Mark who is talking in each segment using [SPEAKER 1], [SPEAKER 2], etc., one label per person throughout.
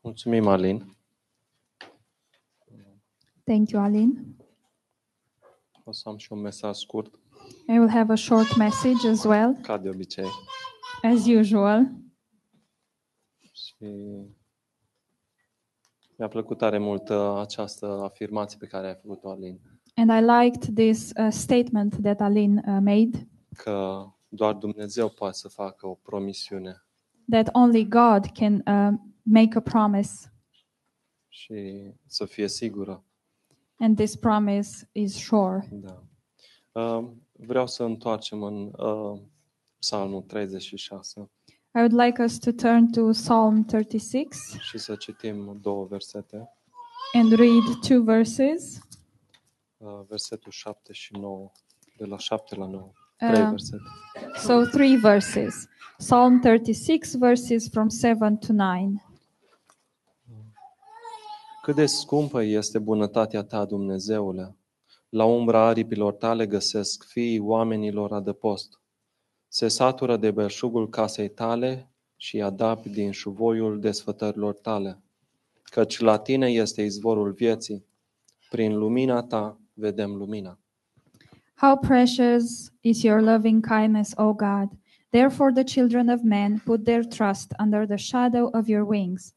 [SPEAKER 1] Mulțumim, Alin.
[SPEAKER 2] Thank you, Aline.
[SPEAKER 1] O să am și un mesaj scurt,
[SPEAKER 2] I will have a short message as well,
[SPEAKER 1] ca de obicei.
[SPEAKER 2] as usual.
[SPEAKER 1] Și mi-a plăcut tare mult uh, această afirmație pe care ai făcut-o, Alin,
[SPEAKER 2] And I liked this uh, statement that Aline uh, made
[SPEAKER 1] că doar Dumnezeu poate să facă o promisiune.
[SPEAKER 2] that only God can uh, make a promise,
[SPEAKER 1] și să fie sigură.
[SPEAKER 2] and this promise is sure.
[SPEAKER 1] Da. Uh, Vreau să întoarcem în uh, Psalmul 36
[SPEAKER 2] I would like us to turn to Psalm 36
[SPEAKER 1] și să citim două versete,
[SPEAKER 2] and read two verses,
[SPEAKER 1] uh, versetul 7 și 9, de la 7 la 9,
[SPEAKER 2] Ah.
[SPEAKER 1] trei versete.
[SPEAKER 2] so three verses. Psalm 36, verses from 7 to 9.
[SPEAKER 1] Cât de scumpă este bunătatea ta, Dumnezeule! La umbra aripilor tale găsesc fiii oamenilor adăpost. Se satură de belșugul casei tale și adapi din șuvoiul desfătărilor tale. Căci la tine este izvorul vieții. Prin lumina ta vedem lumina.
[SPEAKER 2] How precious is your loving kindness, O God! Therefore, the children of men put their trust under the shadow of your wings.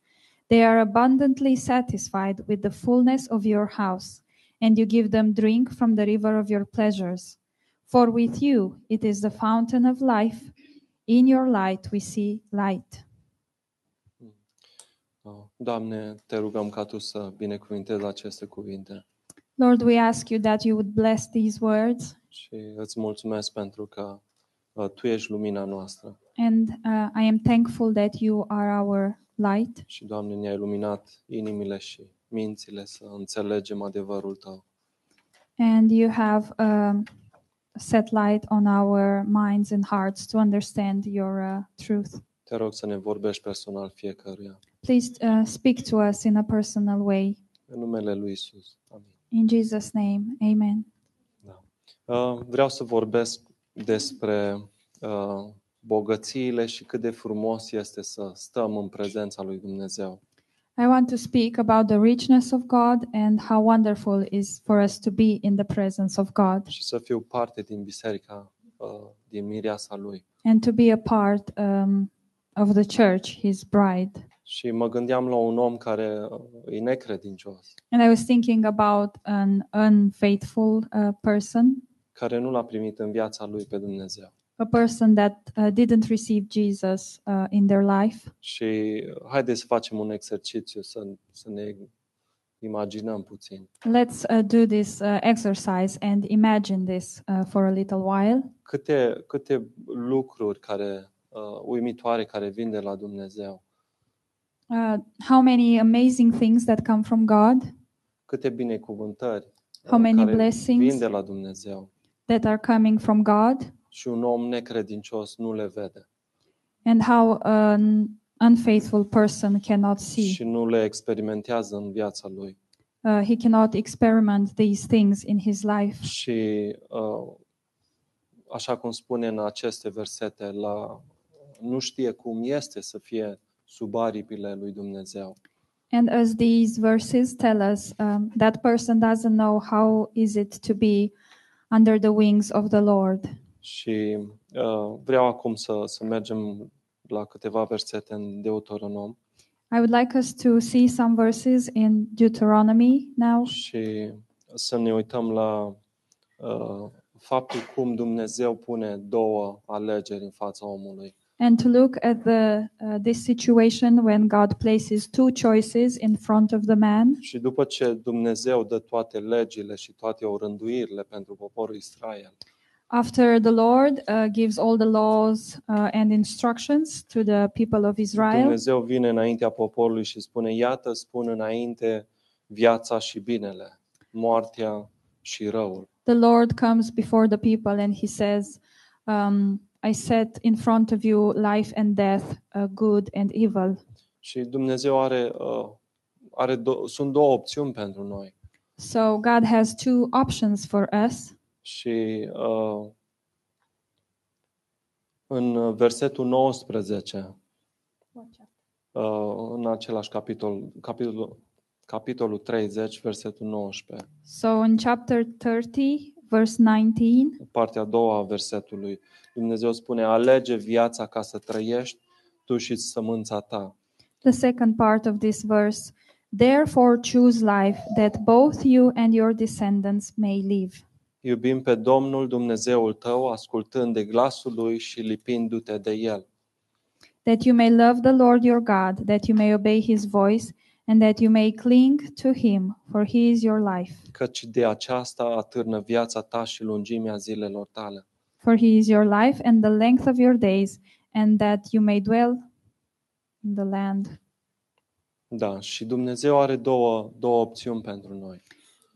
[SPEAKER 2] They are abundantly satisfied with the fullness of your house, and you give them drink from the river of your pleasures. For with you it is the fountain of life. In your light we see light.
[SPEAKER 1] Doamne, te rugăm ca Tu să binecuvintezi aceste cuvinte
[SPEAKER 2] Lord, we ask you that you would bless these words,
[SPEAKER 1] și îți mulțumesc pentru că uh, Tu ești lumina noastră
[SPEAKER 2] and uh, I am thankful that you are our light.
[SPEAKER 1] Și, Doamne, ne-ai luminat inimile și mințile să înțelegem adevărul Tău.
[SPEAKER 2] and you have um, set light on our minds and hearts to understand your uh, truth.
[SPEAKER 1] Te rog să ne vorbești personal fiecăruia.
[SPEAKER 2] Please uh, speak to us in a personal way.
[SPEAKER 1] În numele Lui Isus. Amin.
[SPEAKER 2] In Jesus' name, amen.
[SPEAKER 1] Da. Uh, Vreau să vorbesc despre uh, bogățiile și cât de frumos este să stăm în prezența lui Dumnezeu.
[SPEAKER 2] I want to speak about the richness of God and how wonderful it is for us to be in the presence of God
[SPEAKER 1] Și să fiu parte din biserica, uh, din mireasa Lui.
[SPEAKER 2] and to be a part um, of the church, His bride.
[SPEAKER 1] Și mă gândeam la un om care uh, e necredincios,
[SPEAKER 2] And I was thinking about an unfaithful uh, person,
[SPEAKER 1] care nu l-a primit în viața lui pe Dumnezeu.
[SPEAKER 2] a person that uh, didn't receive Jesus uh, in their life.
[SPEAKER 1] Și uh, haideți să facem un exercițiu, să, să ne imaginăm puțin.
[SPEAKER 2] Let's uh, do this uh, exercise and imagine this uh, for a little while.
[SPEAKER 1] Câte, câte lucruri care, uh, uimitoare care vin de la Dumnezeu,
[SPEAKER 2] Uh, how many amazing things that come from God
[SPEAKER 1] câte binecuvântări uh,
[SPEAKER 2] How many
[SPEAKER 1] care
[SPEAKER 2] blessings?
[SPEAKER 1] vin de la Dumnezeu.
[SPEAKER 2] that are coming from God,
[SPEAKER 1] Și un om necredincios nu le vede
[SPEAKER 2] and how an unfaithful person cannot
[SPEAKER 1] și
[SPEAKER 2] see.
[SPEAKER 1] nu le experimentează în viața lui.
[SPEAKER 2] Uh, he cannot experiment these things in his life.
[SPEAKER 1] Și uh, așa cum spune în aceste versete, la, nu știe cum este să fie sub aripile lui Dumnezeu.
[SPEAKER 2] And as these verses tell us, um, that person doesn't know how is it to be under the wings of the Lord.
[SPEAKER 1] Și uh, vreau acum să, să mergem la câteva versete în Deuteronom
[SPEAKER 2] I would like us to see some verses in Deuteronomy now.
[SPEAKER 1] și să ne uităm la uh, faptul cum Dumnezeu pune două alegeri în fața omului.
[SPEAKER 2] and to look at the uh, this situation when God places two choices in front of the man
[SPEAKER 1] Și după ce Dumnezeu dă toate legile și toate orânduirile pentru poporul Israel,
[SPEAKER 2] after the Lord uh, gives all the laws uh, and instructions to the people of Israel
[SPEAKER 1] Dumnezeu vine înaintea poporului și spune, iată, spun înainte viața și binele, moartea și răul.
[SPEAKER 2] the Lord comes before the people and he says um, I set in front of you life and death uh, good and evil
[SPEAKER 1] Și Dumnezeu are, uh, are do- sunt două opțiuni pentru noi.
[SPEAKER 2] so God has two options for us
[SPEAKER 1] Și uh, în versetul 19, uh, în același capitol, capitolul, capitolul 30, versetul 19,
[SPEAKER 2] So in chapter 30, verse 19,
[SPEAKER 1] partea a doua a versetului. Dumnezeu spune, alege viața ca să trăiești tu și sămânța ta.
[SPEAKER 2] the second part of this verse, therefore choose life that both you and your descendants may live.
[SPEAKER 1] Iubim pe Domnul Dumnezeul tău, ascultând de glasul lui și lipindu-te de el.
[SPEAKER 2] That you may love the Lord your God, that you may obey his voice, and that you may cling to him, for he is your life,
[SPEAKER 1] Căci de aceasta atârnă viața ta și lungimea zilelor tale.
[SPEAKER 2] for he is your life and the length of your days, and that you may dwell in the land.
[SPEAKER 1] Da, și Dumnezeu are două, două opțiuni pentru noi.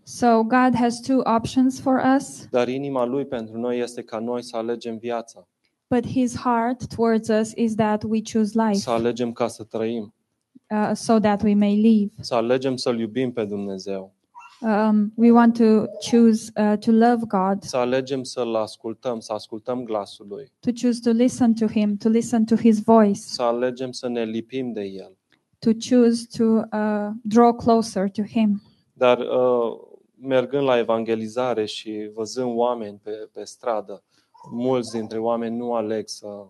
[SPEAKER 2] So God has two options for us,
[SPEAKER 1] Dar inima lui pentru noi este ca noi să alegem viața,
[SPEAKER 2] but his heart towards us is that we choose life
[SPEAKER 1] să alegem ca să trăim,
[SPEAKER 2] uh, so that we may live.
[SPEAKER 1] să alegem să-L iubim pe Dumnezeu,
[SPEAKER 2] um, we want to choose uh, to love God,
[SPEAKER 1] să alegem să-L ascultăm, să ascultăm glasul Lui,
[SPEAKER 2] to choose to listen to Him, to listen to His voice,
[SPEAKER 1] să alegem să ne lipim de El.
[SPEAKER 2] to choose to uh, draw closer to Him.
[SPEAKER 1] Dar uh, mergând la evangelizare și văzând oameni pe, pe stradă, mulți dintre oameni nu aleg să, uh,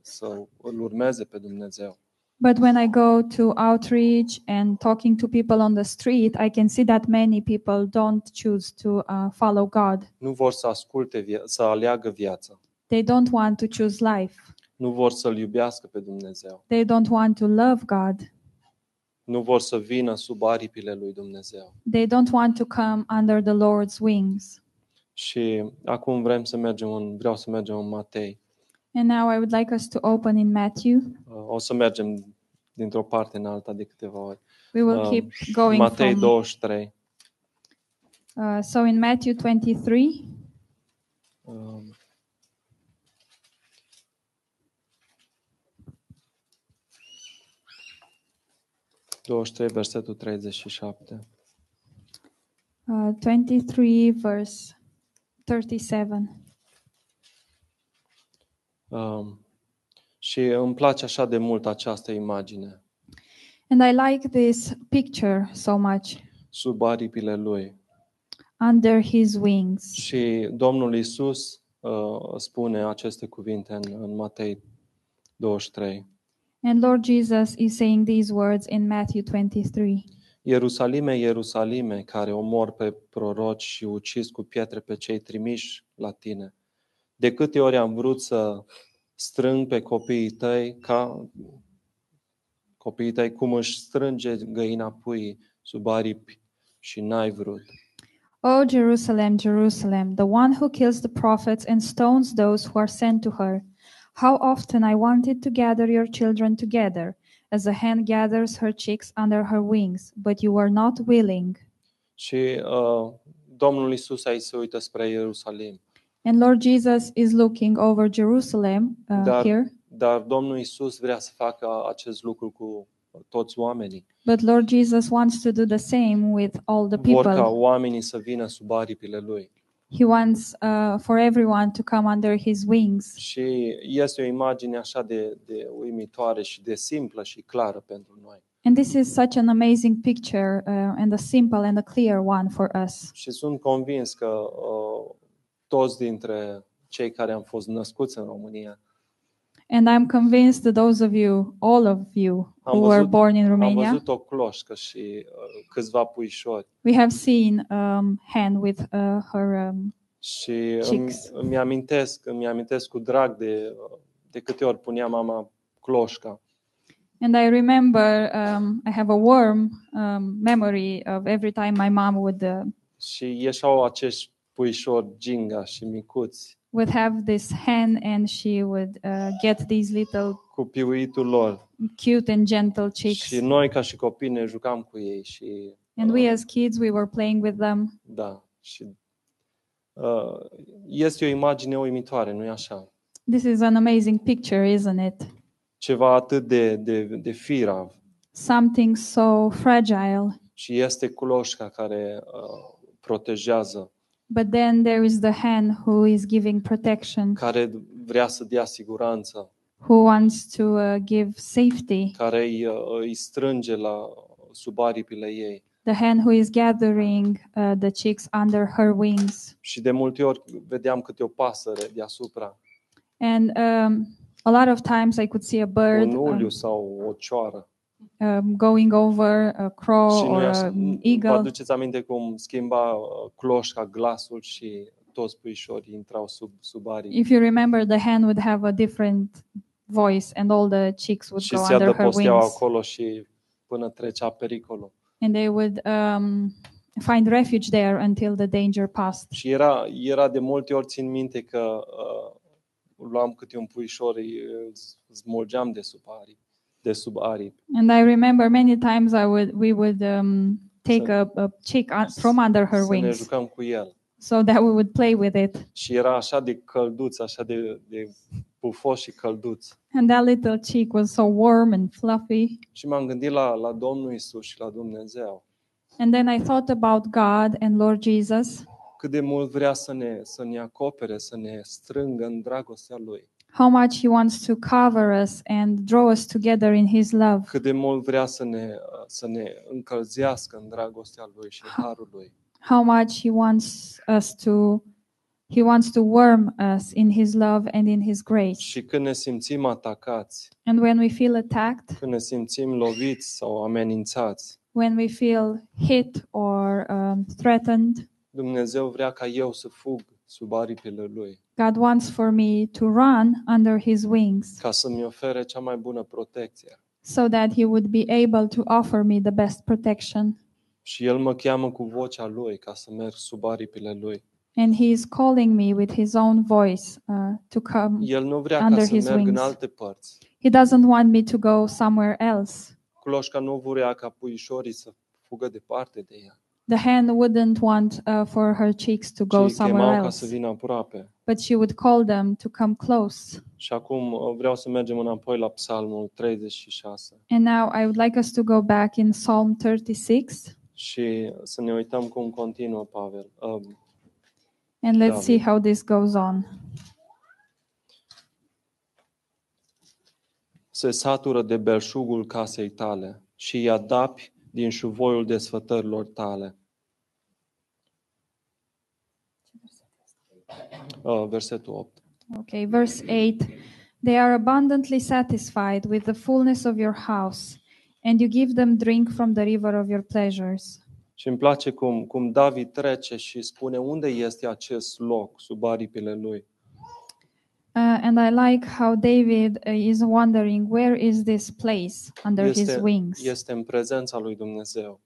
[SPEAKER 1] să îl urmeze pe Dumnezeu.
[SPEAKER 2] But when I go to outreach and talking to people on the street, I can see that many people don't choose to uh, follow God.
[SPEAKER 1] Nu vor să asculte, via- să aleagă viața.
[SPEAKER 2] They don't want to choose life.
[SPEAKER 1] Nu vor să-L iubească pe Dumnezeu.
[SPEAKER 2] They don't want to love God.
[SPEAKER 1] Nu vor să vină sub aripile lui Dumnezeu.
[SPEAKER 2] They don't want to come under the Lord's wings.
[SPEAKER 1] Și acum vrem să mergem în, vreau să mergem în Matei.
[SPEAKER 2] And now I would like us to open in Matthew.
[SPEAKER 1] Uh, O să mergem dintr-o parte în alta de câteva ori.
[SPEAKER 2] We will
[SPEAKER 1] Um,
[SPEAKER 2] keep going
[SPEAKER 1] Matei
[SPEAKER 2] from
[SPEAKER 1] 23.
[SPEAKER 2] Uh, so in Matthew 23,
[SPEAKER 1] Um, ...23, versetul 37.
[SPEAKER 2] uh, 23 verse 37.
[SPEAKER 1] Um, și îmi place așa de mult această imagine.
[SPEAKER 2] And I like this picture so much
[SPEAKER 1] Sub aripile lui.
[SPEAKER 2] under his wings.
[SPEAKER 1] Și Domnul Isus uh, spune aceste cuvinte în, în Matei 23.
[SPEAKER 2] And Lord Jesus is saying these words in Matthew 23.
[SPEAKER 1] Ierusalime, Ierusalime, care omor pe proroci și ucis cu pietre pe cei trimiși la tine. De câte ori am vrut să strâng pe copiii tăi ca copiii tăi cum își strânge găina puii sub aripi și n-ai vrut.
[SPEAKER 2] O Jerusalem, Jerusalem, the one who kills the prophets and stones those who are sent to her. How often I wanted to gather your children together, as a hen gathers her chicks under her wings, but you were not willing.
[SPEAKER 1] Și uh, Domnul Isus aici se uită spre Ierusalim.
[SPEAKER 2] And Lord Jesus is looking over Jerusalem uh,
[SPEAKER 1] Dar,
[SPEAKER 2] here,
[SPEAKER 1] dar Domnul Isus vrea să facă acest lucru cu toți oamenii.
[SPEAKER 2] but Lord Jesus wants to do the same with all the
[SPEAKER 1] Vor ca
[SPEAKER 2] people.
[SPEAKER 1] oamenii să vină sub aripile lui.
[SPEAKER 2] He wants uh, for everyone to come under his wings.
[SPEAKER 1] Și este o imagine așa de, de uimitoare și de simplă și clară pentru noi.
[SPEAKER 2] And this is such an amazing picture uh, and a simple and a clear one for us.
[SPEAKER 1] Și sunt convins că uh, toți dintre cei care am fost născuți în România
[SPEAKER 2] And I'm convinced that those of you, all of you who
[SPEAKER 1] Am
[SPEAKER 2] were
[SPEAKER 1] văzut-
[SPEAKER 2] born in
[SPEAKER 1] am
[SPEAKER 2] Romania,
[SPEAKER 1] văzut o cloșcă și uh, câțiva puișori.
[SPEAKER 2] we have seen um, Hen with uh, her. Um,
[SPEAKER 1] Și îmi,
[SPEAKER 2] Chicks.
[SPEAKER 1] îmi, amintesc, îmi amintesc cu drag de, uh, de câte ori punea mama cloșca.
[SPEAKER 2] And I remember um, I have a warm um, memory of every time my mom would uh,
[SPEAKER 1] Și ieșeau acești puișori ginga și micuți
[SPEAKER 2] would have this hen and she would uh, get these little
[SPEAKER 1] cu piuitul lor.
[SPEAKER 2] cute and gentle chicks.
[SPEAKER 1] Și noi ca și copii ne jucam cu ei și
[SPEAKER 2] And we as kids we were playing with them.
[SPEAKER 1] Da, și uh, este o imagine uimitoare, nu-i așa?
[SPEAKER 2] This is an amazing picture, isn't it?
[SPEAKER 1] Ceva atât de, de, de firav
[SPEAKER 2] Something so fragile.
[SPEAKER 1] și este cloșca care uh, protejează,
[SPEAKER 2] But then there is the hen who is giving protection,
[SPEAKER 1] care vrea să dea siguranță,
[SPEAKER 2] who wants to uh, give safety,
[SPEAKER 1] care îi, uh, îi strânge la sub aripile ei.
[SPEAKER 2] the hen who is gathering uh, the chicks under her wings.
[SPEAKER 1] Și de multe ori vedeam câte o pasăre deasupra,
[SPEAKER 2] And um, a lot of times I could see a bird
[SPEAKER 1] un
[SPEAKER 2] um,
[SPEAKER 1] uliu sau o cioară.
[SPEAKER 2] um, going over a crow
[SPEAKER 1] și
[SPEAKER 2] or
[SPEAKER 1] noi așa,
[SPEAKER 2] an
[SPEAKER 1] vă
[SPEAKER 2] eagle.
[SPEAKER 1] aduceți aminte cum schimba uh, cloșca glasul și toți puișorii intrau sub, sub aripi.
[SPEAKER 2] If you remember, the hen would have a different voice, and all the chicks would
[SPEAKER 1] și
[SPEAKER 2] go
[SPEAKER 1] se
[SPEAKER 2] under her
[SPEAKER 1] adăposteau
[SPEAKER 2] wings,
[SPEAKER 1] acolo și până trecea pericolul.
[SPEAKER 2] and they would um, find refuge there until the danger passed.
[SPEAKER 1] Și era, era de multe ori, țin minte că uh, luam câte un puișor, îi uh, z- smulgeam de sub aripi. De sub aripi.
[SPEAKER 2] And I remember many times I would we would um, take a, a chick un- from under her
[SPEAKER 1] să ne
[SPEAKER 2] wings
[SPEAKER 1] jucăm cu el.
[SPEAKER 2] so that we would play with it.
[SPEAKER 1] Și era așa de călduț, așa de, de pufos și călduț.
[SPEAKER 2] And that little chick was so warm and fluffy.
[SPEAKER 1] Și m-am gândit la, la Domnul Isus și la Dumnezeu.
[SPEAKER 2] And then I thought about God and Lord Jesus,
[SPEAKER 1] Cât de mult vrea să ne, să ne acopere, să ne strângă în dragostea Lui.
[SPEAKER 2] how much He wants to cover us and draw us together in His love.
[SPEAKER 1] Cât de mult vrea să ne, să ne încălzească în dragostea Lui și harul Lui.
[SPEAKER 2] how much he wants us to he wants to warm us in his love and in his grace
[SPEAKER 1] Și când ne simțim atacați,
[SPEAKER 2] and when we feel attacked
[SPEAKER 1] când ne simțim loviți sau amenințați,
[SPEAKER 2] when we feel hit or um, threatened
[SPEAKER 1] Dumnezeu vrea ca eu să fug sub aripile Lui,
[SPEAKER 2] god wants for me to run under his wings
[SPEAKER 1] ca să-mi ofere cea mai bună protecție.
[SPEAKER 2] so that he would be able to offer me the best protection
[SPEAKER 1] Și El mă cheamă cu vocea Lui ca să merg sub aripile Lui.
[SPEAKER 2] and he is calling me with his own voice uh, to come
[SPEAKER 1] El nu vrea ca
[SPEAKER 2] Under
[SPEAKER 1] să
[SPEAKER 2] his
[SPEAKER 1] merg în
[SPEAKER 2] wings.
[SPEAKER 1] alte părți.
[SPEAKER 2] he doesn't want me to go somewhere else
[SPEAKER 1] Cloșca nu vrea ca puișorii să fugă departe de ea.
[SPEAKER 2] the hen wouldn't want uh, for her cheeks to
[SPEAKER 1] Ci
[SPEAKER 2] go
[SPEAKER 1] îi chemau
[SPEAKER 2] somewhere
[SPEAKER 1] ca
[SPEAKER 2] else
[SPEAKER 1] să vină aproape.
[SPEAKER 2] but she would call them to come close.
[SPEAKER 1] Și acum uh, vreau să mergem înapoi la Psalmul 36
[SPEAKER 2] And now I would like us to go back in Psalm 36
[SPEAKER 1] și să ne uităm cum continuă Pavel. Uh,
[SPEAKER 2] and let's
[SPEAKER 1] David.
[SPEAKER 2] see how this goes on.
[SPEAKER 1] se satură de belșugul casei tale și îi adapi din șuvoiul desfătărilor tale. Uh, Versetul 8.
[SPEAKER 2] Okay, verse 8 They are abundantly satisfied with the fullness of your house, and you give them drink from the river of your pleasures.
[SPEAKER 1] Și îmi place cum, cum David trece și spune unde este acest loc sub aripile lui.
[SPEAKER 2] Uh, and I like how David uh, is wondering where is this place under his
[SPEAKER 1] Este,
[SPEAKER 2] wings.
[SPEAKER 1] este în prezența lui Dumnezeu.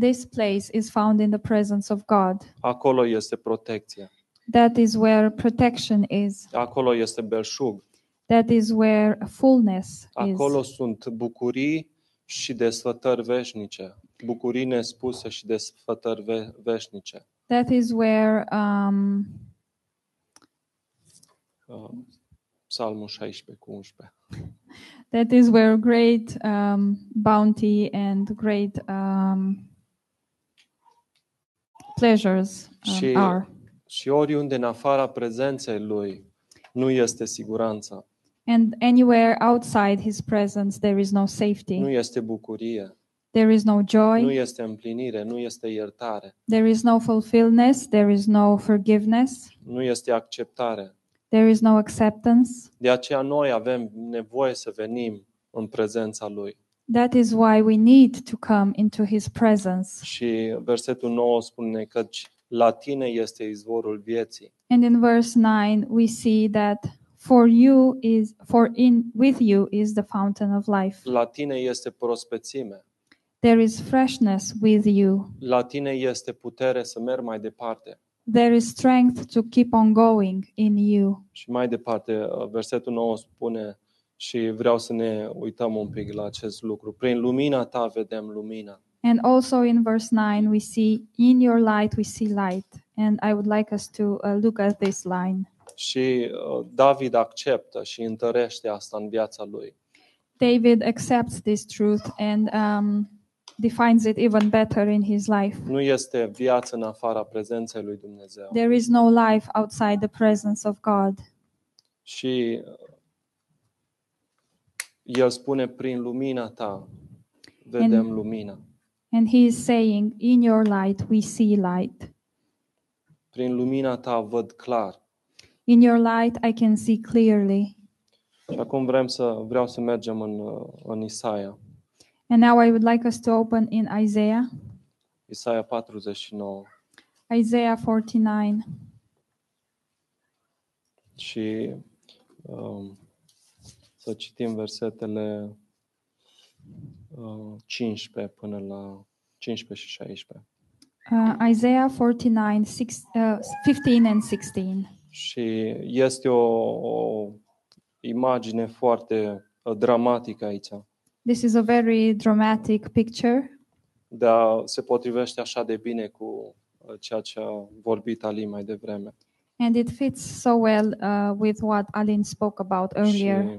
[SPEAKER 2] This place is found in the presence of God.
[SPEAKER 1] Acolo este protecție.
[SPEAKER 2] That is where protection is.
[SPEAKER 1] Acolo este belșug.
[SPEAKER 2] That is where fullness
[SPEAKER 1] Acolo
[SPEAKER 2] is.
[SPEAKER 1] sunt bucurii și desfătări veșnice. Bucurii nespuse și desfătări ve- veșnice.
[SPEAKER 2] That is where um,
[SPEAKER 1] Uh, Psalmul 16 cu 11.
[SPEAKER 2] that is where great um, bounty and great um, pleasures um,
[SPEAKER 1] Și-
[SPEAKER 2] are.
[SPEAKER 1] Și oriunde în afara prezenței lui nu este siguranța,
[SPEAKER 2] And anywhere outside His presence, there is no safety.
[SPEAKER 1] nu este bucurie,
[SPEAKER 2] there is no joy.
[SPEAKER 1] nu este împlinire, nu este iertare,
[SPEAKER 2] there is no fulfillment. There is no forgiveness.
[SPEAKER 1] nu este acceptare.
[SPEAKER 2] There is no acceptance.
[SPEAKER 1] De aceea noi avem nevoie să venim în prezența lui.
[SPEAKER 2] That is why we need to come into His presence.
[SPEAKER 1] Și versetul 9 spune că la tine este izvorul vieții.
[SPEAKER 2] And in verse 9, we see that for you is for in with you is the fountain of life.
[SPEAKER 1] La tine este prospețime.
[SPEAKER 2] There is freshness with you.
[SPEAKER 1] La tine este putere să merg mai departe.
[SPEAKER 2] There is strength to keep on going in you.
[SPEAKER 1] Și mai departe, uh, versetul 9 spune și vreau să ne uităm un pic la acest lucru. Prin lumina ta vedem lumina.
[SPEAKER 2] And also in verse 9, we see, In your light we see light. And I would like us to uh, look at this line.
[SPEAKER 1] Și uh, David acceptă și întărește asta în viața lui.
[SPEAKER 2] David accepts this truth and um, defines it even better in his life.
[SPEAKER 1] Nu este viață în afara prezenței lui Dumnezeu.
[SPEAKER 2] There is no life outside the presence of God.
[SPEAKER 1] Și uh, El spune, prin lumina ta vedem lumina.
[SPEAKER 2] And he is saying, In your light we see light.
[SPEAKER 1] Prin lumina ta văd clar.
[SPEAKER 2] In your light I can see clearly.
[SPEAKER 1] Și acum vrem să, vreau să mergem în, uh, în Isaia,
[SPEAKER 2] And now I would like us to open in Isaiah,
[SPEAKER 1] Isaia 49.
[SPEAKER 2] Isaiah 49.
[SPEAKER 1] și um, să citim versetele uh, 15 până la 15 și 16.
[SPEAKER 2] Uh, Isaiah 49, six, uh, 15 and 16.
[SPEAKER 1] Și este o, o imagine foarte uh, dramatică aici,
[SPEAKER 2] This is a very dramatic picture,
[SPEAKER 1] dar se potrivește așa de bine cu uh, ceea ce a vorbit Ali mai devreme.
[SPEAKER 2] and it fits so well uh, with what Aline spoke about earlier.
[SPEAKER 1] Și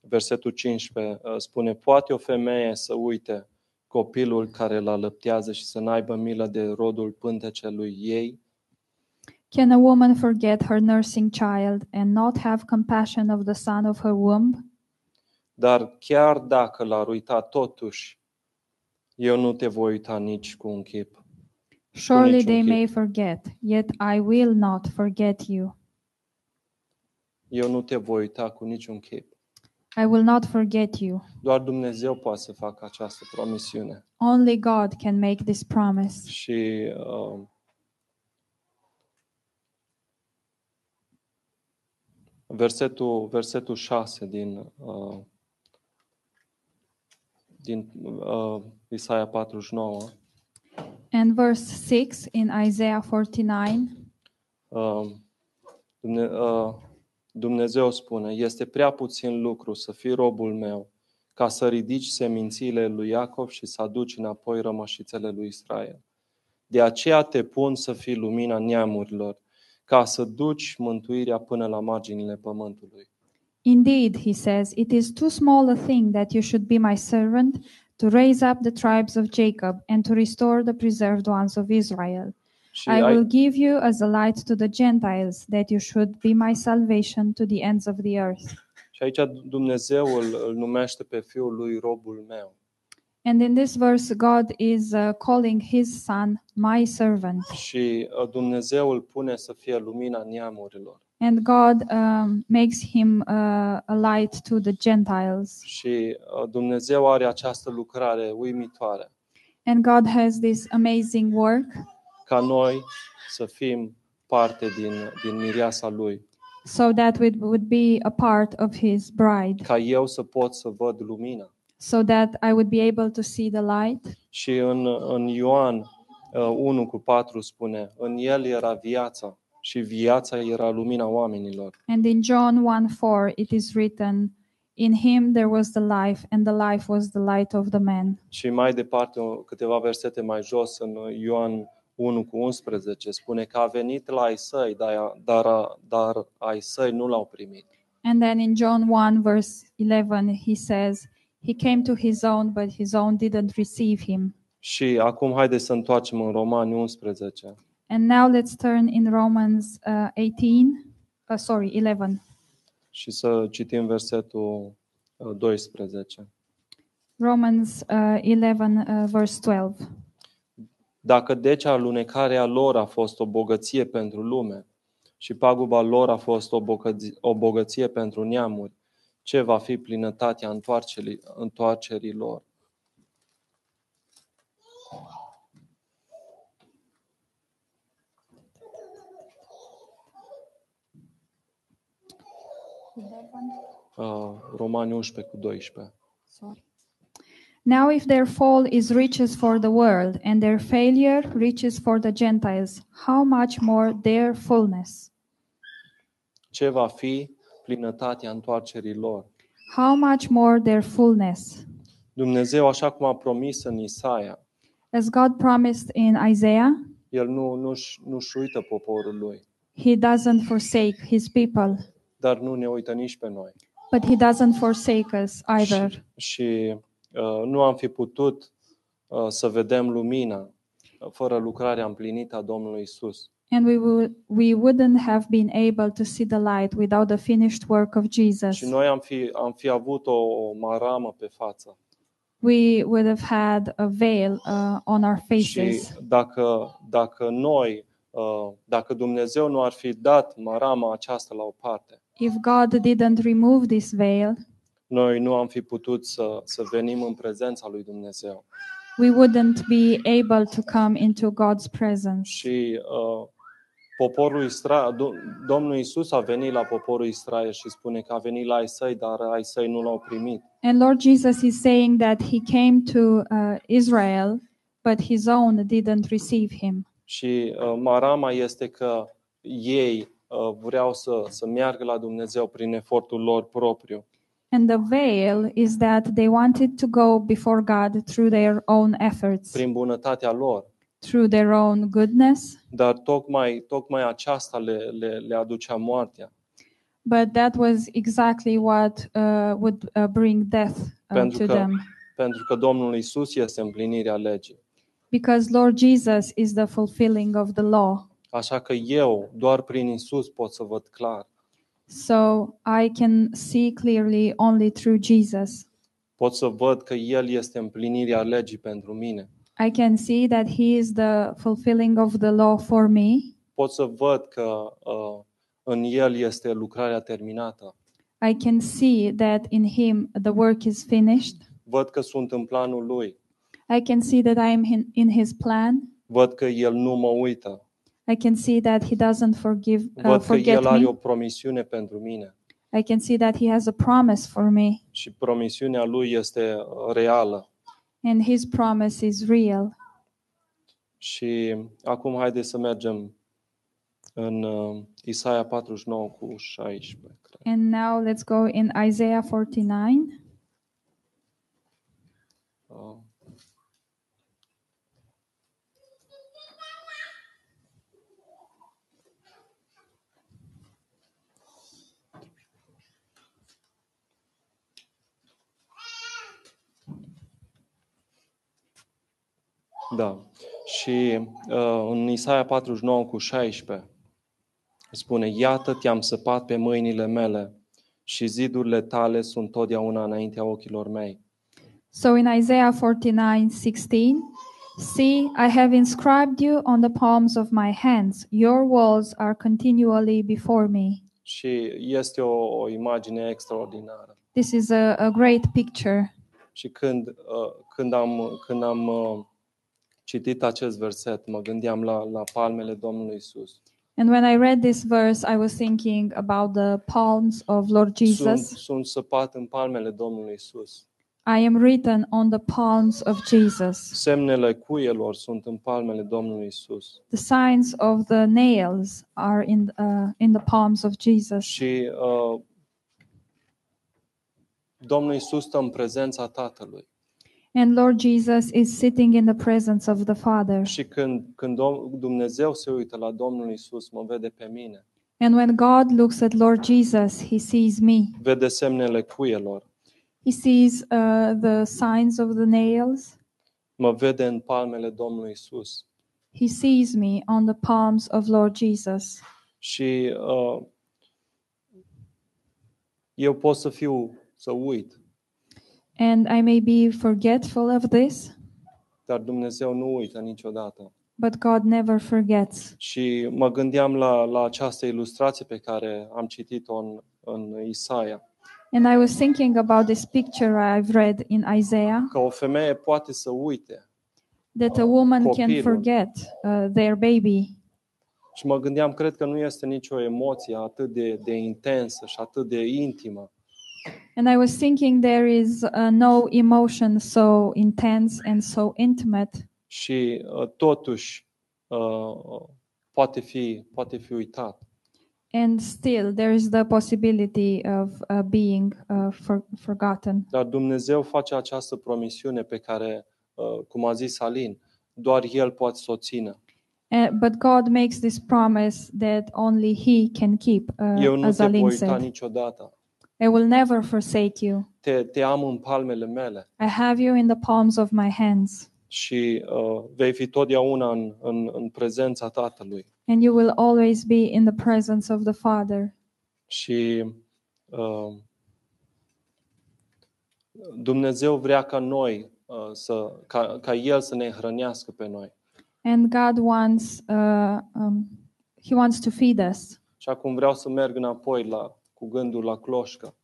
[SPEAKER 1] versetul 15 uh, spune, poate o femeie să uite copilul care la lăptează și să n-aibă milă de rodul pântecelui ei,
[SPEAKER 2] Can a woman forget her nursing child and not have compassion of the son of her womb?
[SPEAKER 1] dar chiar dacă l-ar uita totuși, eu nu te voi uita nici cu un chip.
[SPEAKER 2] Surely
[SPEAKER 1] Nici un
[SPEAKER 2] they
[SPEAKER 1] chip.
[SPEAKER 2] may forget, yet I will not forget you.
[SPEAKER 1] Eu nu te voi uita cu niciun chip.
[SPEAKER 2] I will not forget you.
[SPEAKER 1] Doar Dumnezeu poate să facă această promisiune.
[SPEAKER 2] Only God can make this promise.
[SPEAKER 1] Și uh, versetul, versetul 6 din, uh, din uh, Isaia 49
[SPEAKER 2] And verse 6 in Isaiah 49
[SPEAKER 1] Uh, Dumne- uh, Dumnezeu spune, este prea puțin lucru să fii robul meu, ca să ridici semințiile lui Iacov și să aduci înapoi rămășițele lui Israel. De aceea te pun să fii lumina neamurilor, ca să duci mântuirea până la marginile pământului.
[SPEAKER 2] Indeed, he says, it is too small a thing that you should be my servant to raise up the tribes of Jacob and to restore the preserved ones of Israel.
[SPEAKER 1] Și
[SPEAKER 2] I
[SPEAKER 1] ai,
[SPEAKER 2] will give you as a light to the Gentiles, that you should be my salvation to the ends of the earth.
[SPEAKER 1] și aici Dumnezeu îl, îl numește pe fiul lui robul meu.
[SPEAKER 2] And in this verse, God is uh, calling his son my servant.
[SPEAKER 1] Și uh, Dumnezeu îl pune să fie lumina neamurilor.
[SPEAKER 2] And God um, makes him uh, a light to the Gentiles.
[SPEAKER 1] Și uh, Dumnezeu are această lucrare uimitoare,
[SPEAKER 2] And God has this amazing work
[SPEAKER 1] ca noi să fim parte din, din mireasa Lui,
[SPEAKER 2] so that we would be a part of his bride.
[SPEAKER 1] ca eu să pot să văd lumina.
[SPEAKER 2] so that I would be able to see the light.
[SPEAKER 1] Și în, în Ioan uh, 1 cu 4 spune, în El era viața și viața era lumina oamenilor.
[SPEAKER 2] And in John 1 4, it is written, In him there was the life, and the life was the light of the men.
[SPEAKER 1] Și mai departe, o- câteva versete mai jos, în Ioan 1 cu 11, spune că a venit la ai săi, dar, dar, dar ai săi nu l-au primit.
[SPEAKER 2] And then in John 1, verse 11, he says, He came to his own, but his own didn't receive him.
[SPEAKER 1] Și acum haideți să întoarcem în Romani 11.
[SPEAKER 2] And now let's turn in Romans uh, 18, uh, sorry, 11.
[SPEAKER 1] și să citim versetul uh, 12.
[SPEAKER 2] Romans uh, 11, uh, verse 12.
[SPEAKER 1] Dacă deci alunecarea lor a fost o bogăție pentru lume și paguba lor a fost o bogăție, o bogăție pentru neamuri, ce va fi plinătatea întoarcerii, întoarcerii lor? Uh, Romani 11 cu 12.
[SPEAKER 2] Sorry. Now, if their fall is riches for the world, and their failure riches for the Gentiles, how much more their fullness?
[SPEAKER 1] Ce va fi plinătatea întoarcerii lor?
[SPEAKER 2] How much more their fullness?
[SPEAKER 1] Dumnezeu, așa cum a promis în Isaia,
[SPEAKER 2] As God promised in Isaiah,
[SPEAKER 1] El nu, nu-și, nu-și uită poporul lui,
[SPEAKER 2] He doesn't forsake His people,
[SPEAKER 1] dar nu ne uită nici pe noi.
[SPEAKER 2] but He doesn't forsake us either.
[SPEAKER 1] Și uh, nu am fi uh, putut uh, să vedem lumina fără lucrarea împlinită a Domnului Isus.
[SPEAKER 2] and we would we wouldn't have been able to see the light without the finished work of Jesus.
[SPEAKER 1] Și noi am fi, am fi avut o, o maramă pe față.
[SPEAKER 2] We would have had a veil uh, on our
[SPEAKER 1] Și
[SPEAKER 2] faces.
[SPEAKER 1] dacă, dacă noi, uh, dacă Dumnezeu nu ar fi dat marama aceasta la o parte,
[SPEAKER 2] If God didn't remove this veil,
[SPEAKER 1] noi nu am fi putut să, să venim în prezența lui Dumnezeu.
[SPEAKER 2] we wouldn't be able to come into God's presence.
[SPEAKER 1] Și uh, poporul Isra- Do- Domnul Isus a venit la poporul Israel și spune că a venit la ai săi, dar ai săi nu l-au primit.
[SPEAKER 2] And Lord Jesus is saying that he came to uh, Israel, but his own didn't receive him.
[SPEAKER 1] Și uh, marama este că ei uh, vreau să, să meargă la Dumnezeu prin efortul lor propriu.
[SPEAKER 2] And the veil is that they wanted to go before God through their own efforts,
[SPEAKER 1] prin bunătatea lor.
[SPEAKER 2] through their own goodness,
[SPEAKER 1] Dar tocmai, tocmai aceasta le, le, le aducea moartea.
[SPEAKER 2] but that was exactly what uh, would uh, bring death uh,
[SPEAKER 1] Pentru
[SPEAKER 2] to
[SPEAKER 1] că-
[SPEAKER 2] them.
[SPEAKER 1] Pentru că Domnul Isus este împlinirea legii.
[SPEAKER 2] Because Lord Jesus is the fulfilling of the law.
[SPEAKER 1] Așa că eu, doar prin Isus, pot să văd clar.
[SPEAKER 2] So I can see clearly only through Jesus.
[SPEAKER 1] Pot să văd că El este împlinirea legii pentru mine.
[SPEAKER 2] I can see that He is the fulfilling of the law for me.
[SPEAKER 1] Pot să văd că uh, în El este lucrarea terminată.
[SPEAKER 2] I can see that in Him the work is finished.
[SPEAKER 1] Văd că sunt în planul Lui.
[SPEAKER 2] I can see that I am in, in His plan.
[SPEAKER 1] Văd că El nu mă uită.
[SPEAKER 2] I can see that He doesn't forgive, uh,
[SPEAKER 1] Văd că
[SPEAKER 2] forget
[SPEAKER 1] El are o
[SPEAKER 2] me.
[SPEAKER 1] promisiune pentru mine.
[SPEAKER 2] I can see that He has a promise for me,
[SPEAKER 1] Și promisiunea Lui este uh, reală.
[SPEAKER 2] and His promise is real.
[SPEAKER 1] Și uh, acum haideți să mergem în uh, Isaia 49 cu 16. Cred.
[SPEAKER 2] And now let's go in Isaiah 49.
[SPEAKER 1] Uh, Da. Și uh, în Isaia 49 cu 16 spune, Iată, te-am săpat pe mâinile mele și zidurile tale sunt totdeauna înaintea ochilor mei.
[SPEAKER 2] So in Isaiah 49:16, see, I have inscribed you on the palms of my hands. Your walls are continually before me.
[SPEAKER 1] Și este o, o imagine extraordinară.
[SPEAKER 2] This is a, a great picture.
[SPEAKER 1] Și când, uh, când am, când am uh, citit acest verset, mă gândeam la, la palmele Domnului Isus.
[SPEAKER 2] And when I read this verse, I was thinking about the palms of Lord
[SPEAKER 1] Sunt,
[SPEAKER 2] Jesus.
[SPEAKER 1] sunt săpat în palmele Domnului Isus.
[SPEAKER 2] I am written on the palms of Jesus.
[SPEAKER 1] Semnele cuielor sunt în palmele Domnului Isus.
[SPEAKER 2] The signs of the nails are in uh, in the palms of Jesus.
[SPEAKER 1] Și uh, Domnul Isus stă în prezența Tatălui.
[SPEAKER 2] And Lord Jesus is sitting in the presence of the Father.
[SPEAKER 1] Și când, când Dom- Dumnezeu se uită la Domnul Isus, mă vede pe mine.
[SPEAKER 2] And when God looks at Lord Jesus, he sees me.
[SPEAKER 1] Vede semnele cuielor.
[SPEAKER 2] He sees uh, the signs of the nails.
[SPEAKER 1] Mă vede în palmele Domnului Isus.
[SPEAKER 2] He sees me on the palms of Lord Jesus.
[SPEAKER 1] Și uh, eu pot să fiu, să uit,
[SPEAKER 2] And I may be forgetful of this,
[SPEAKER 1] dar Dumnezeu nu uită niciodată.
[SPEAKER 2] but God never forgets.
[SPEAKER 1] Și mă gândeam la, la această ilustrație pe care am citit-o în, în Isaia,
[SPEAKER 2] And I was thinking about this picture I've read in Isaiah
[SPEAKER 1] că o femeie poate să uite.
[SPEAKER 2] that a woman can
[SPEAKER 1] Copilul.
[SPEAKER 2] forget uh, their baby.
[SPEAKER 1] Și mă gândeam, cred că nu este nicio emoție atât de, de intensă și atât de intimă
[SPEAKER 2] And I was thinking there is uh, no emotion so intense and so intimate,
[SPEAKER 1] și uh, totuși uh, poate, fi, poate fi uitat.
[SPEAKER 2] and still there is the possibility of uh, being uh, for- forgotten.
[SPEAKER 1] Dar Dumnezeu face această promisiune pe care, uh, cum a zis Alin, doar El poate să o țină.
[SPEAKER 2] Uh, but God makes this promise that only He can keep, uh,
[SPEAKER 1] Eu nu
[SPEAKER 2] as
[SPEAKER 1] te voi
[SPEAKER 2] Aline
[SPEAKER 1] uita
[SPEAKER 2] said.
[SPEAKER 1] niciodată.
[SPEAKER 2] I will never forsake you.
[SPEAKER 1] Te, te am în palmele mele.
[SPEAKER 2] I have you in the palms of my hands.
[SPEAKER 1] și uh, vei fi totdeauna în, în, în prezența Tatălui.
[SPEAKER 2] and you will always be in the presence of the Father.
[SPEAKER 1] Și uh, Dumnezeu vrea ca noi, uh, să, ca, ca El să ne hrănească pe noi.
[SPEAKER 2] And God wants, uh, um, He wants to feed us.
[SPEAKER 1] Și acum vreau să merg înapoi la, cu gândul la cloșcă.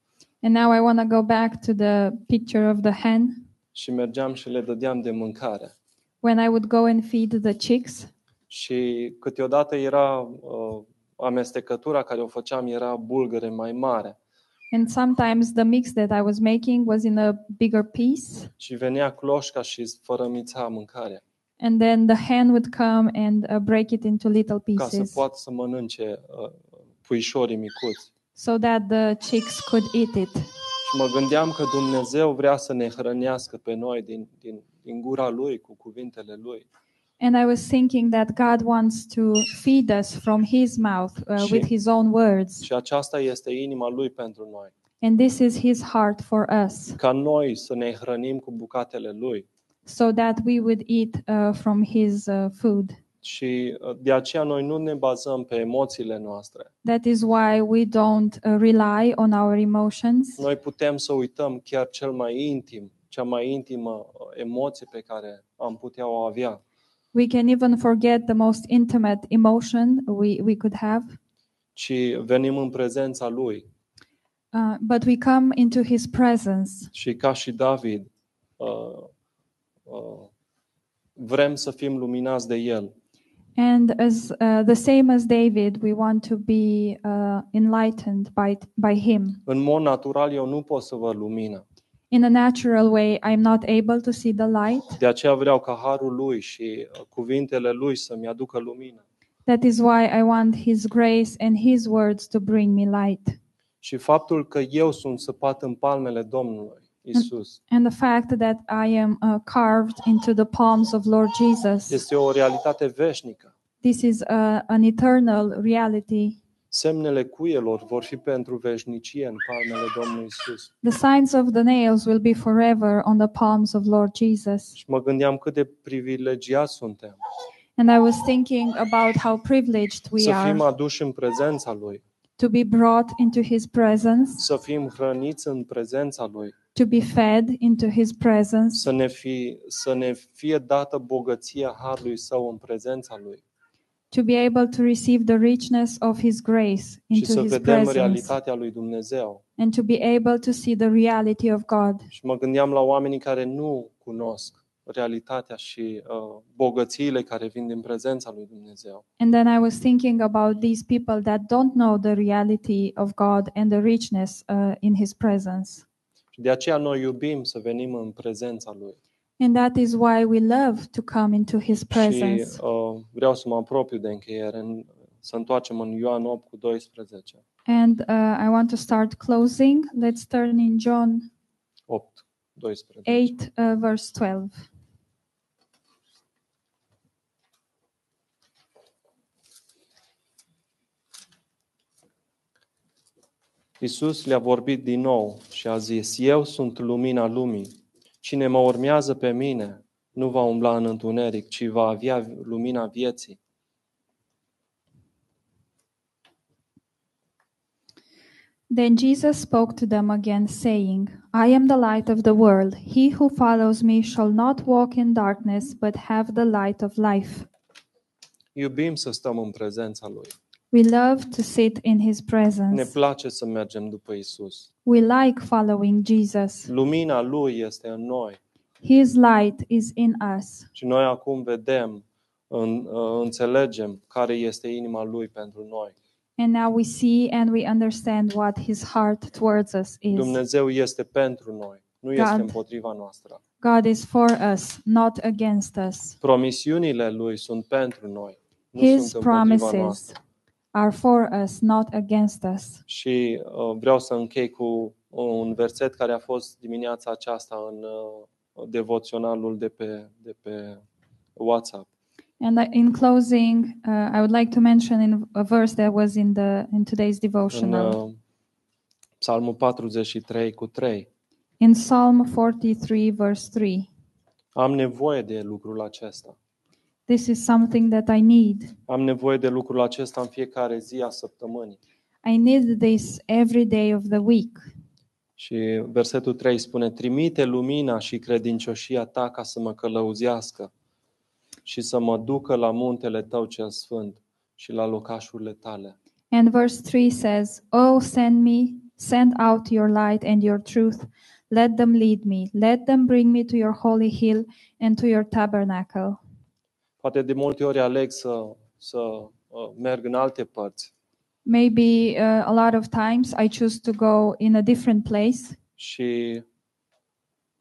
[SPEAKER 2] And now I want to go back to the picture of the hen.
[SPEAKER 1] Și mergeam și le dădeam de mâncare.
[SPEAKER 2] When I would go and feed the chicks,
[SPEAKER 1] Și câteodată era uh, amestecătura care o făceam era bulgăre mai mare.
[SPEAKER 2] and sometimes the mix that I was making was in a bigger piece,
[SPEAKER 1] Și venea cloșca și fărămița mâncarea
[SPEAKER 2] and then the hen would come and uh, break it into little
[SPEAKER 1] ca să
[SPEAKER 2] pieces
[SPEAKER 1] poată să mănânce uh, puișorii micuți.
[SPEAKER 2] so that the chicks could eat it.
[SPEAKER 1] Și mă gândeam că Dumnezeu vrea să ne hrănească pe noi din, din, din gura Lui, cu cuvintele Lui.
[SPEAKER 2] And I was thinking that God wants to feed us from His mouth uh, with
[SPEAKER 1] Și-
[SPEAKER 2] His own words.
[SPEAKER 1] Și aceasta este inima Lui pentru noi.
[SPEAKER 2] And this is His heart for us,
[SPEAKER 1] Ca noi să ne hrănim cu bucatele Lui.
[SPEAKER 2] so that we would eat uh, from His uh, food.
[SPEAKER 1] Și uh, de aceea noi nu ne bazăm pe emoțiile noastre.
[SPEAKER 2] That is why we don't uh, rely on our emotions.
[SPEAKER 1] Noi putem să uităm chiar cel mai intim, cea mai intimă uh, emoție pe care am putea o avea.
[SPEAKER 2] We can even forget the most intimate emotion we, we could have,
[SPEAKER 1] Și venim în prezența Lui.
[SPEAKER 2] uh, but we come into His presence.
[SPEAKER 1] Și ca și David, uh, uh, vrem să fim luminați de El.
[SPEAKER 2] And as uh, the same as David, we want to be uh, enlightened by, by Him.
[SPEAKER 1] În mod natural, eu nu pot să văd lumină.
[SPEAKER 2] In a natural way, I'm not able to see the light.
[SPEAKER 1] De aceea vreau ca harul lui și uh, cuvintele lui să-mi aducă lumină.
[SPEAKER 2] That is why I want His grace and His words to bring me light.
[SPEAKER 1] Și faptul că eu sunt săpat în palmele Domnului Isus
[SPEAKER 2] And the fact that I am uh, carved into the palms of Lord Jesus,
[SPEAKER 1] este o realitate veșnică.
[SPEAKER 2] this is uh, an eternal reality.
[SPEAKER 1] Semnele cuielor vor fi pentru veșnicie în palmele Domnului Isus.
[SPEAKER 2] The signs of the nails will be forever on the palms of Lord Jesus.
[SPEAKER 1] Și mă gândeam cât de privilegiați suntem
[SPEAKER 2] And I was thinking about how privileged we
[SPEAKER 1] să fim
[SPEAKER 2] are
[SPEAKER 1] aduși în prezența Lui,
[SPEAKER 2] to be brought into His presence,
[SPEAKER 1] să fim hrăniți în prezența Lui,
[SPEAKER 2] to be fed into His presence,
[SPEAKER 1] să ne, fi, să ne fie dată bogăția harului Său în prezența Lui.
[SPEAKER 2] to be able to receive the richness of His grace
[SPEAKER 1] și
[SPEAKER 2] into
[SPEAKER 1] să
[SPEAKER 2] His
[SPEAKER 1] vedem
[SPEAKER 2] presence.
[SPEAKER 1] realitatea lui Dumnezeu.
[SPEAKER 2] and to be able to see the reality of God.
[SPEAKER 1] Și mă gândeam la oamenii care nu cunosc realitatea și uh, bogățiile care vin din prezența lui Dumnezeu.
[SPEAKER 2] And then I was thinking about these people that don't know the reality of God and the richness uh, in His presence.
[SPEAKER 1] Și de aceea noi iubim să venim în prezența lui.
[SPEAKER 2] And that is why we love to come into His presence.
[SPEAKER 1] Și uh, vreau să mă apropiu de încheiere, în, să întoarcem în Ioan 8 cu 12.
[SPEAKER 2] And uh, I want to start closing. Let's turn in John
[SPEAKER 1] 8, 12.
[SPEAKER 2] 8, uh, verse 12.
[SPEAKER 1] Iisus le-a vorbit din nou și a zis, Eu sunt lumina lumii. Cine mă urmează pe mine nu va umbla în întuneric, ci va avea lumina vieții.
[SPEAKER 2] Then Jesus spoke to them again, saying, I am the light of the world. He who follows me shall not walk in darkness, but have the light of life.
[SPEAKER 1] Iubim să stăm în prezența Lui.
[SPEAKER 2] We love to sit in his
[SPEAKER 1] Ne
[SPEAKER 2] presence.
[SPEAKER 1] place să mergem după Isus.
[SPEAKER 2] We like following Jesus.
[SPEAKER 1] Lumina Lui este în noi
[SPEAKER 2] His light is in us.
[SPEAKER 1] și noi acum vedem, în, uh, înțelegem care este inima Lui pentru noi.
[SPEAKER 2] And now we see and we understand what his heart towards us is.
[SPEAKER 1] Dumnezeu este pentru noi, nu este
[SPEAKER 2] God.
[SPEAKER 1] împotriva noastră.
[SPEAKER 2] God is for us, not against us.
[SPEAKER 1] Promisiunile Lui sunt pentru noi, nu
[SPEAKER 2] His
[SPEAKER 1] sunt împotriva
[SPEAKER 2] promises
[SPEAKER 1] noastră.
[SPEAKER 2] are for us, not against us.
[SPEAKER 1] Și uh, vreau să închei cu uh, un verset care a fost dimineața aceasta în uh, devoționalul de pe, de pe WhatsApp.
[SPEAKER 2] And I- in closing, uh, I would like to mention in a verse that was in the in today's
[SPEAKER 1] în
[SPEAKER 2] devotional,
[SPEAKER 1] uh, Psalmul 43 cu 3.
[SPEAKER 2] in Psalm 43, verse 3.
[SPEAKER 1] Am nevoie de lucrul acesta.
[SPEAKER 2] This is something that I need.
[SPEAKER 1] Am nevoie de lucrul acesta în fiecare zi a săptămânii.
[SPEAKER 2] I need this every day of the week.
[SPEAKER 1] Și versetul 3 spune, trimite lumina și credincioșia ta ca să mă călăuzească și să mă ducă la muntele tău cel sfânt și la locașurile tale.
[SPEAKER 2] And verse 3 says, Oh, send me, send out your light and your truth. Let them lead me. Let them bring me to your holy hill and to your tabernacle.
[SPEAKER 1] Poate de multe ori aleg să, să uh, merg în alte părți
[SPEAKER 2] Maybe uh, a lot of times I choose to go in a different place.
[SPEAKER 1] și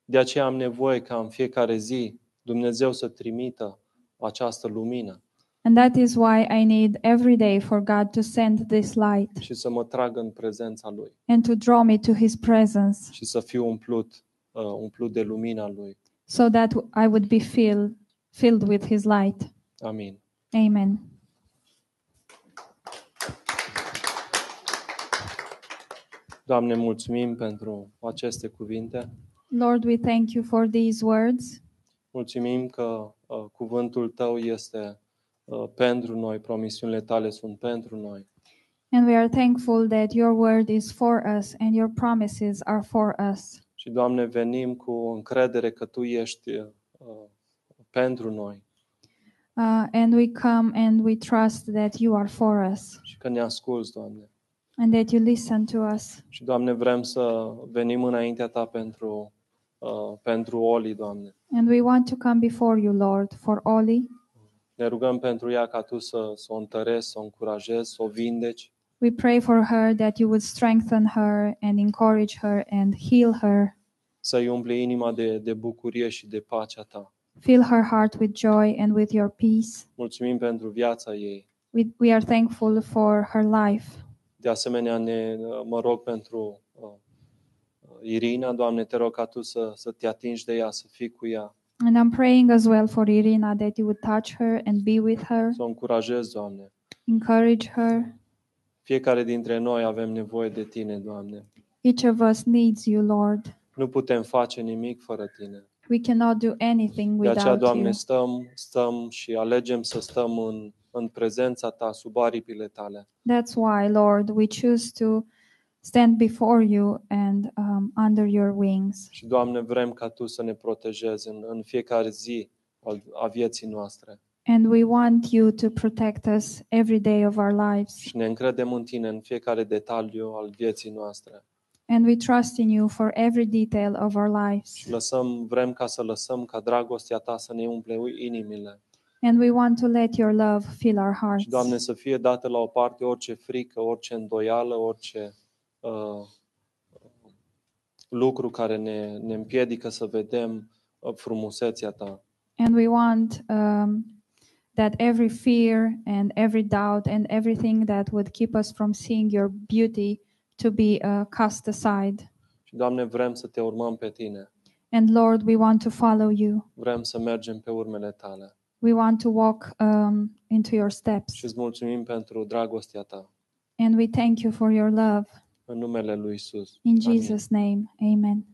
[SPEAKER 1] de aceea am nevoie ca în fiecare zi Dumnezeu să trimită această lumină
[SPEAKER 2] And that is why I need every day for God to send this light
[SPEAKER 1] și să mă tragă în prezența Lui
[SPEAKER 2] and to draw me to His presence
[SPEAKER 1] și să fiu umplut, uh, umplut de lumina Lui.
[SPEAKER 2] so that I would be filled, filled with His light.
[SPEAKER 1] Amin.
[SPEAKER 2] Amen.
[SPEAKER 1] Doamne, mulțumim pentru aceste cuvinte.
[SPEAKER 2] Lord, we thank you for these words.
[SPEAKER 1] Mulțumim că uh, cuvântul Tău este uh, pentru noi, promisiunile Tale sunt pentru noi.
[SPEAKER 2] And we are thankful that your word is for us and your promises are for us.
[SPEAKER 1] Și, Doamne, venim cu încredere că Tu ești uh, pentru noi
[SPEAKER 2] Uh, and we come and we trust that you are for us
[SPEAKER 1] și că ne asculți, Doamne.
[SPEAKER 2] and that you listen to us.
[SPEAKER 1] Și, Doamne, vrem să venim înaintea Ta pentru, uh, pentru Oli, Doamne.
[SPEAKER 2] And we want to come before you, Lord, for Oli.
[SPEAKER 1] Ne rugăm pentru ea ca Tu să, să o întărești, să o încurajezi, să o vindeci.
[SPEAKER 2] We pray for her that you would strengthen her and encourage her and heal her.
[SPEAKER 1] să-i umpli inima de, de bucurie și de pacea ta.
[SPEAKER 2] Fill her heart with joy and with your peace.
[SPEAKER 1] Mulțumim pentru viața ei.
[SPEAKER 2] We, we are thankful for her life.
[SPEAKER 1] De asemenea, ne, mă rog pentru uh, Irina, Doamne, te rog ca Tu să, să te atingi de ea, să fii cu ea,
[SPEAKER 2] And I'm praying as well for Irina that you would touch her and be with her,
[SPEAKER 1] să o încurajezi, Doamne.
[SPEAKER 2] encourage her.
[SPEAKER 1] Fiecare dintre noi avem nevoie de Tine, Doamne.
[SPEAKER 2] Each of us needs you, Lord.
[SPEAKER 1] Nu putem face nimic fără Tine.
[SPEAKER 2] We cannot do anything
[SPEAKER 1] De aceea,
[SPEAKER 2] without
[SPEAKER 1] Doamne,
[SPEAKER 2] you.
[SPEAKER 1] stăm, stăm și alegem să stăm în, în prezența Ta, sub aripile Tale.
[SPEAKER 2] That's why, Lord, we choose to stand before you and um, under your wings.
[SPEAKER 1] Și, Doamne, vrem ca Tu să ne protejezi în, în fiecare zi al- a vieții noastre.
[SPEAKER 2] And we want you to protect us every day of our lives.
[SPEAKER 1] și ne încredem în Tine în fiecare detaliu al vieții noastre.
[SPEAKER 2] And we trust in you for every detail of our lives.
[SPEAKER 1] Și lăsăm, vrem ca să lăsăm ca dragostea Ta să ne umple inimile.
[SPEAKER 2] And we want to let your love fill our hearts.
[SPEAKER 1] Și, Doamne, să fie dată la o parte orice frică, orice îndoială, orice uh, lucru care ne, ne împiedică să vedem uh, frumusețea Ta.
[SPEAKER 2] And we want um, that every fear and every doubt and everything that would keep us from seeing your beauty to be uh, cast aside.
[SPEAKER 1] Și, Doamne, vrem să Te urmăm pe Tine.
[SPEAKER 2] And Lord, we want to follow you.
[SPEAKER 1] Vrem să mergem pe urmele Tale.
[SPEAKER 2] We want to walk um, into your
[SPEAKER 1] Și
[SPEAKER 2] steps.
[SPEAKER 1] îți mulțumim pentru dragostea Ta.
[SPEAKER 2] And we thank you for your love.
[SPEAKER 1] În numele Lui Isus.
[SPEAKER 2] In Jesus' name, amen.